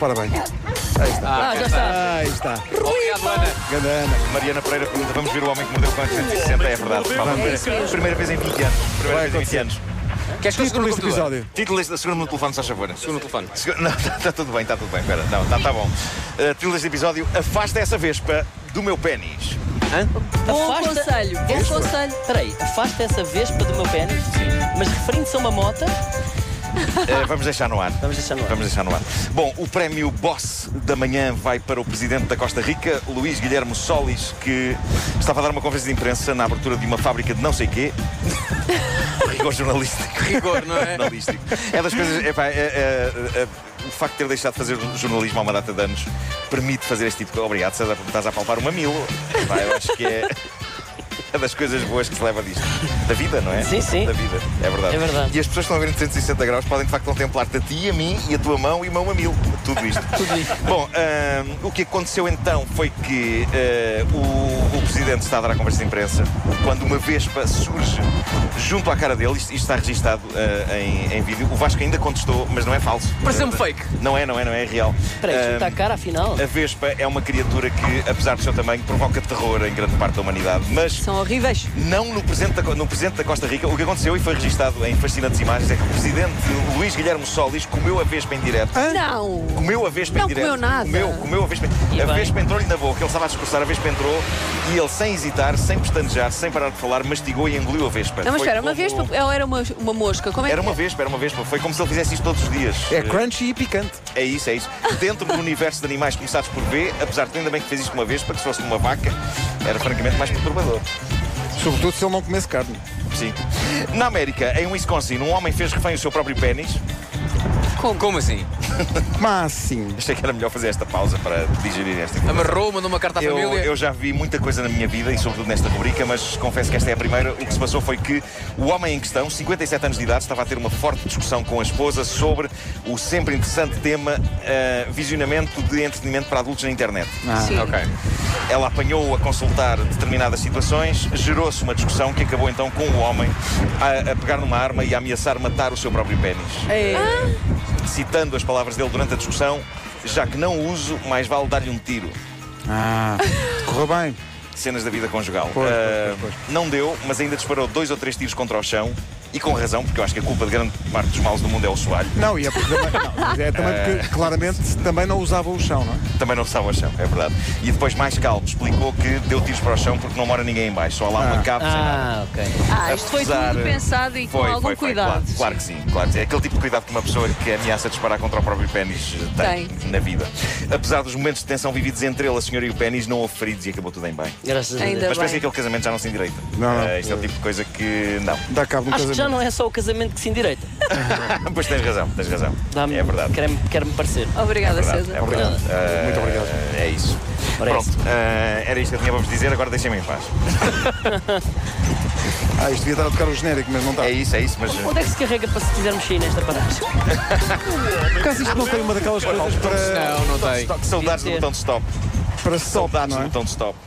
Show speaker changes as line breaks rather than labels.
Ora bem.
Ah, já está.
Aí está.
Obrigado, Ana.
Grande Ana.
Mariana Pereira pergunta: vamos ver o homem que mordeu o cão em 360? É verdade, malta. Primeira vez em 20 anos. Primeira
Vai
vez em 20
acontecer.
anos.
Queres que eu segure
Título
o
deste
computador?
episódio.
Título da segunda no telefone, se faz favor.
Segura o telefone.
Segu- Não, está tudo bem, está tudo bem. Espera, não, está tá bom. Uh, título deste episódio: Afasta essa vespa do meu pénis.
Bom
Afasta-
conselho, bom conselho.
Peraí, afasta essa vespa do meu pênis, mas referindo-se a uma mota,
Uh, vamos deixar no ar.
vamos deixar no ar.
Vamos deixar no ar. Bom, o prémio Boss da manhã vai para o presidente da Costa Rica, Luís Guilherme Solis, que estava a dar uma conferência de imprensa na abertura de uma fábrica de não sei quê. Rigor jornalístico.
Rigor, não é?
jornalístico. É das coisas. epá, é- é- é- o facto de ter deixado de fazer jornalismo há uma data de anos permite fazer este tipo de. Obrigado, César, porque estás a palpar um mamilo. Epá, eu acho que é. é das coisas boas que se leva disto. Da vida, não é?
Sim, sim.
Da vida. É verdade.
É verdade.
E as pessoas que estão a ver em 360 graus podem de facto contemplar-te a ti, a mim e a tua mão e o meu mamilo. Tudo isto. Tudo isto. Bom, ahm, o que aconteceu então foi que eh, o, o presidente está a dar a conversa de imprensa quando uma vespa surge junto à cara dele. Isto, isto está registado eh, em, em vídeo. O Vasco ainda contestou, mas não é falso.
Pareceu-me fake.
Não é, não é, não é, é real.
Peraí, isto não está
Ahm,
cara afinal.
a Vespa é uma criatura que, apesar do seu tamanho, provoca terror em grande parte da humanidade. Mas
São horríveis.
não no presente, da, Co- no presente da Costa Rica. O que aconteceu e foi registado em fascinantes imagens é que o presidente Luís Guilherme Solis comeu a vespa em direto.
Não.
Comeu a vespa
Não
em direto.
comeu nada.
Comeu, comeu a vespa.
E
a
bem.
vespa entrou-lhe na boca. Ele estava a discursar, a vespa entrou e ele, sem hesitar, sem pestanejar, sem parar de falar, mastigou e engoliu a vespa.
Não, mas
Foi
espera, uma
como-
vespa, ela era uma, uma mosca. Como é que
Era uma vespa, era uma vespa. Foi como se ele fizesse isto todos os dias.
É crunchy e picante.
É isso, é isso. Dentro do universo de animais começados por B, apesar de ainda bem que fez isto uma vespa, que se fosse uma vaca, era francamente mais perturbador.
Sobretudo se ele não comesse carne.
Sim. Na América, em Wisconsin, um homem fez refém o seu próprio pénis.
Como assim?
Mas sim.
Achei que era melhor fazer esta pausa para digerir esta informação.
Amarrou, mandou uma carta à
Eu,
família.
eu já vi muita coisa na minha vida e sobretudo nesta rubrica, mas confesso que esta é a primeira. O que se passou foi que o homem em questão, 57 anos de idade, estava a ter uma forte discussão com a esposa sobre o sempre interessante tema ah, visionamento de entretenimento para adultos na internet.
Sim.
Ela apanhou-o a consultar determinadas situações, gerou-se uma discussão que acabou então com o homem a, a pegar numa arma e a ameaçar matar o seu próprio pénis.
É.
Citando as palavras dele durante a discussão, já que não o uso, mais vale dar-lhe um tiro.
Ah, correu bem.
Cenas da vida conjugal.
Pois, pois,
Ah,
pois,
Não deu, mas ainda disparou dois ou três tiros contra o chão. E com razão, porque eu acho que a culpa de grande parte dos maus do mundo é o soalho.
Não, e é porque também, não, mas é também porque claramente também não usava o chão, não é?
Também não sabe ao chão, é verdade. E depois, mais calmo, explicou que deu tiros para o chão porque não mora ninguém em baixo. Só há lá uma cabo sem nada.
Ah, ok.
Ah, isto foi
Apesar-
tudo pensado e com
Foi,
algum
foi, foi,
cuidado.
Claro, claro que sim, claro que sim. É aquele tipo de cuidado que uma pessoa que ameaça disparar contra o próprio pénis eh, tem, na vida. Apesar dos momentos de tensão vividos entre ele, a senhora e o pénis, não houve feridos e acabou tudo em bem.
Graças a
Ainda
Deus.
Mas parece
bem.
que aquele casamento já não se endireita.
Não, não.
Eh, isto é o tipo de coisa que. Não.
Dá cabo no
Acho que já
Um casamento.
não é só o casamento que se endireita.
pois tens razão, tens razão.
Dá-me-
É verdade.
Quer-me quer parecer.
Obrigada,
É verdade,
César.
é verdade. Eh,
Muito obrigado.
É isso.
Parece.
Pronto, eh, era isto que eu tinha para vos dizer, agora deixem-me em paz.
Ah, isto devia estar a tocar o genérico, mas não está.
É isso, é isso, mas.
Onde é que se carrega para se quiser mexer nesta paragem?
Por acaso isto não tem uma daquelas coisas para,
Não, não tem.
Stop, saudades do
Devia ter.
botão de stop.
para stop,
Saudades do
não é?
botão de stop.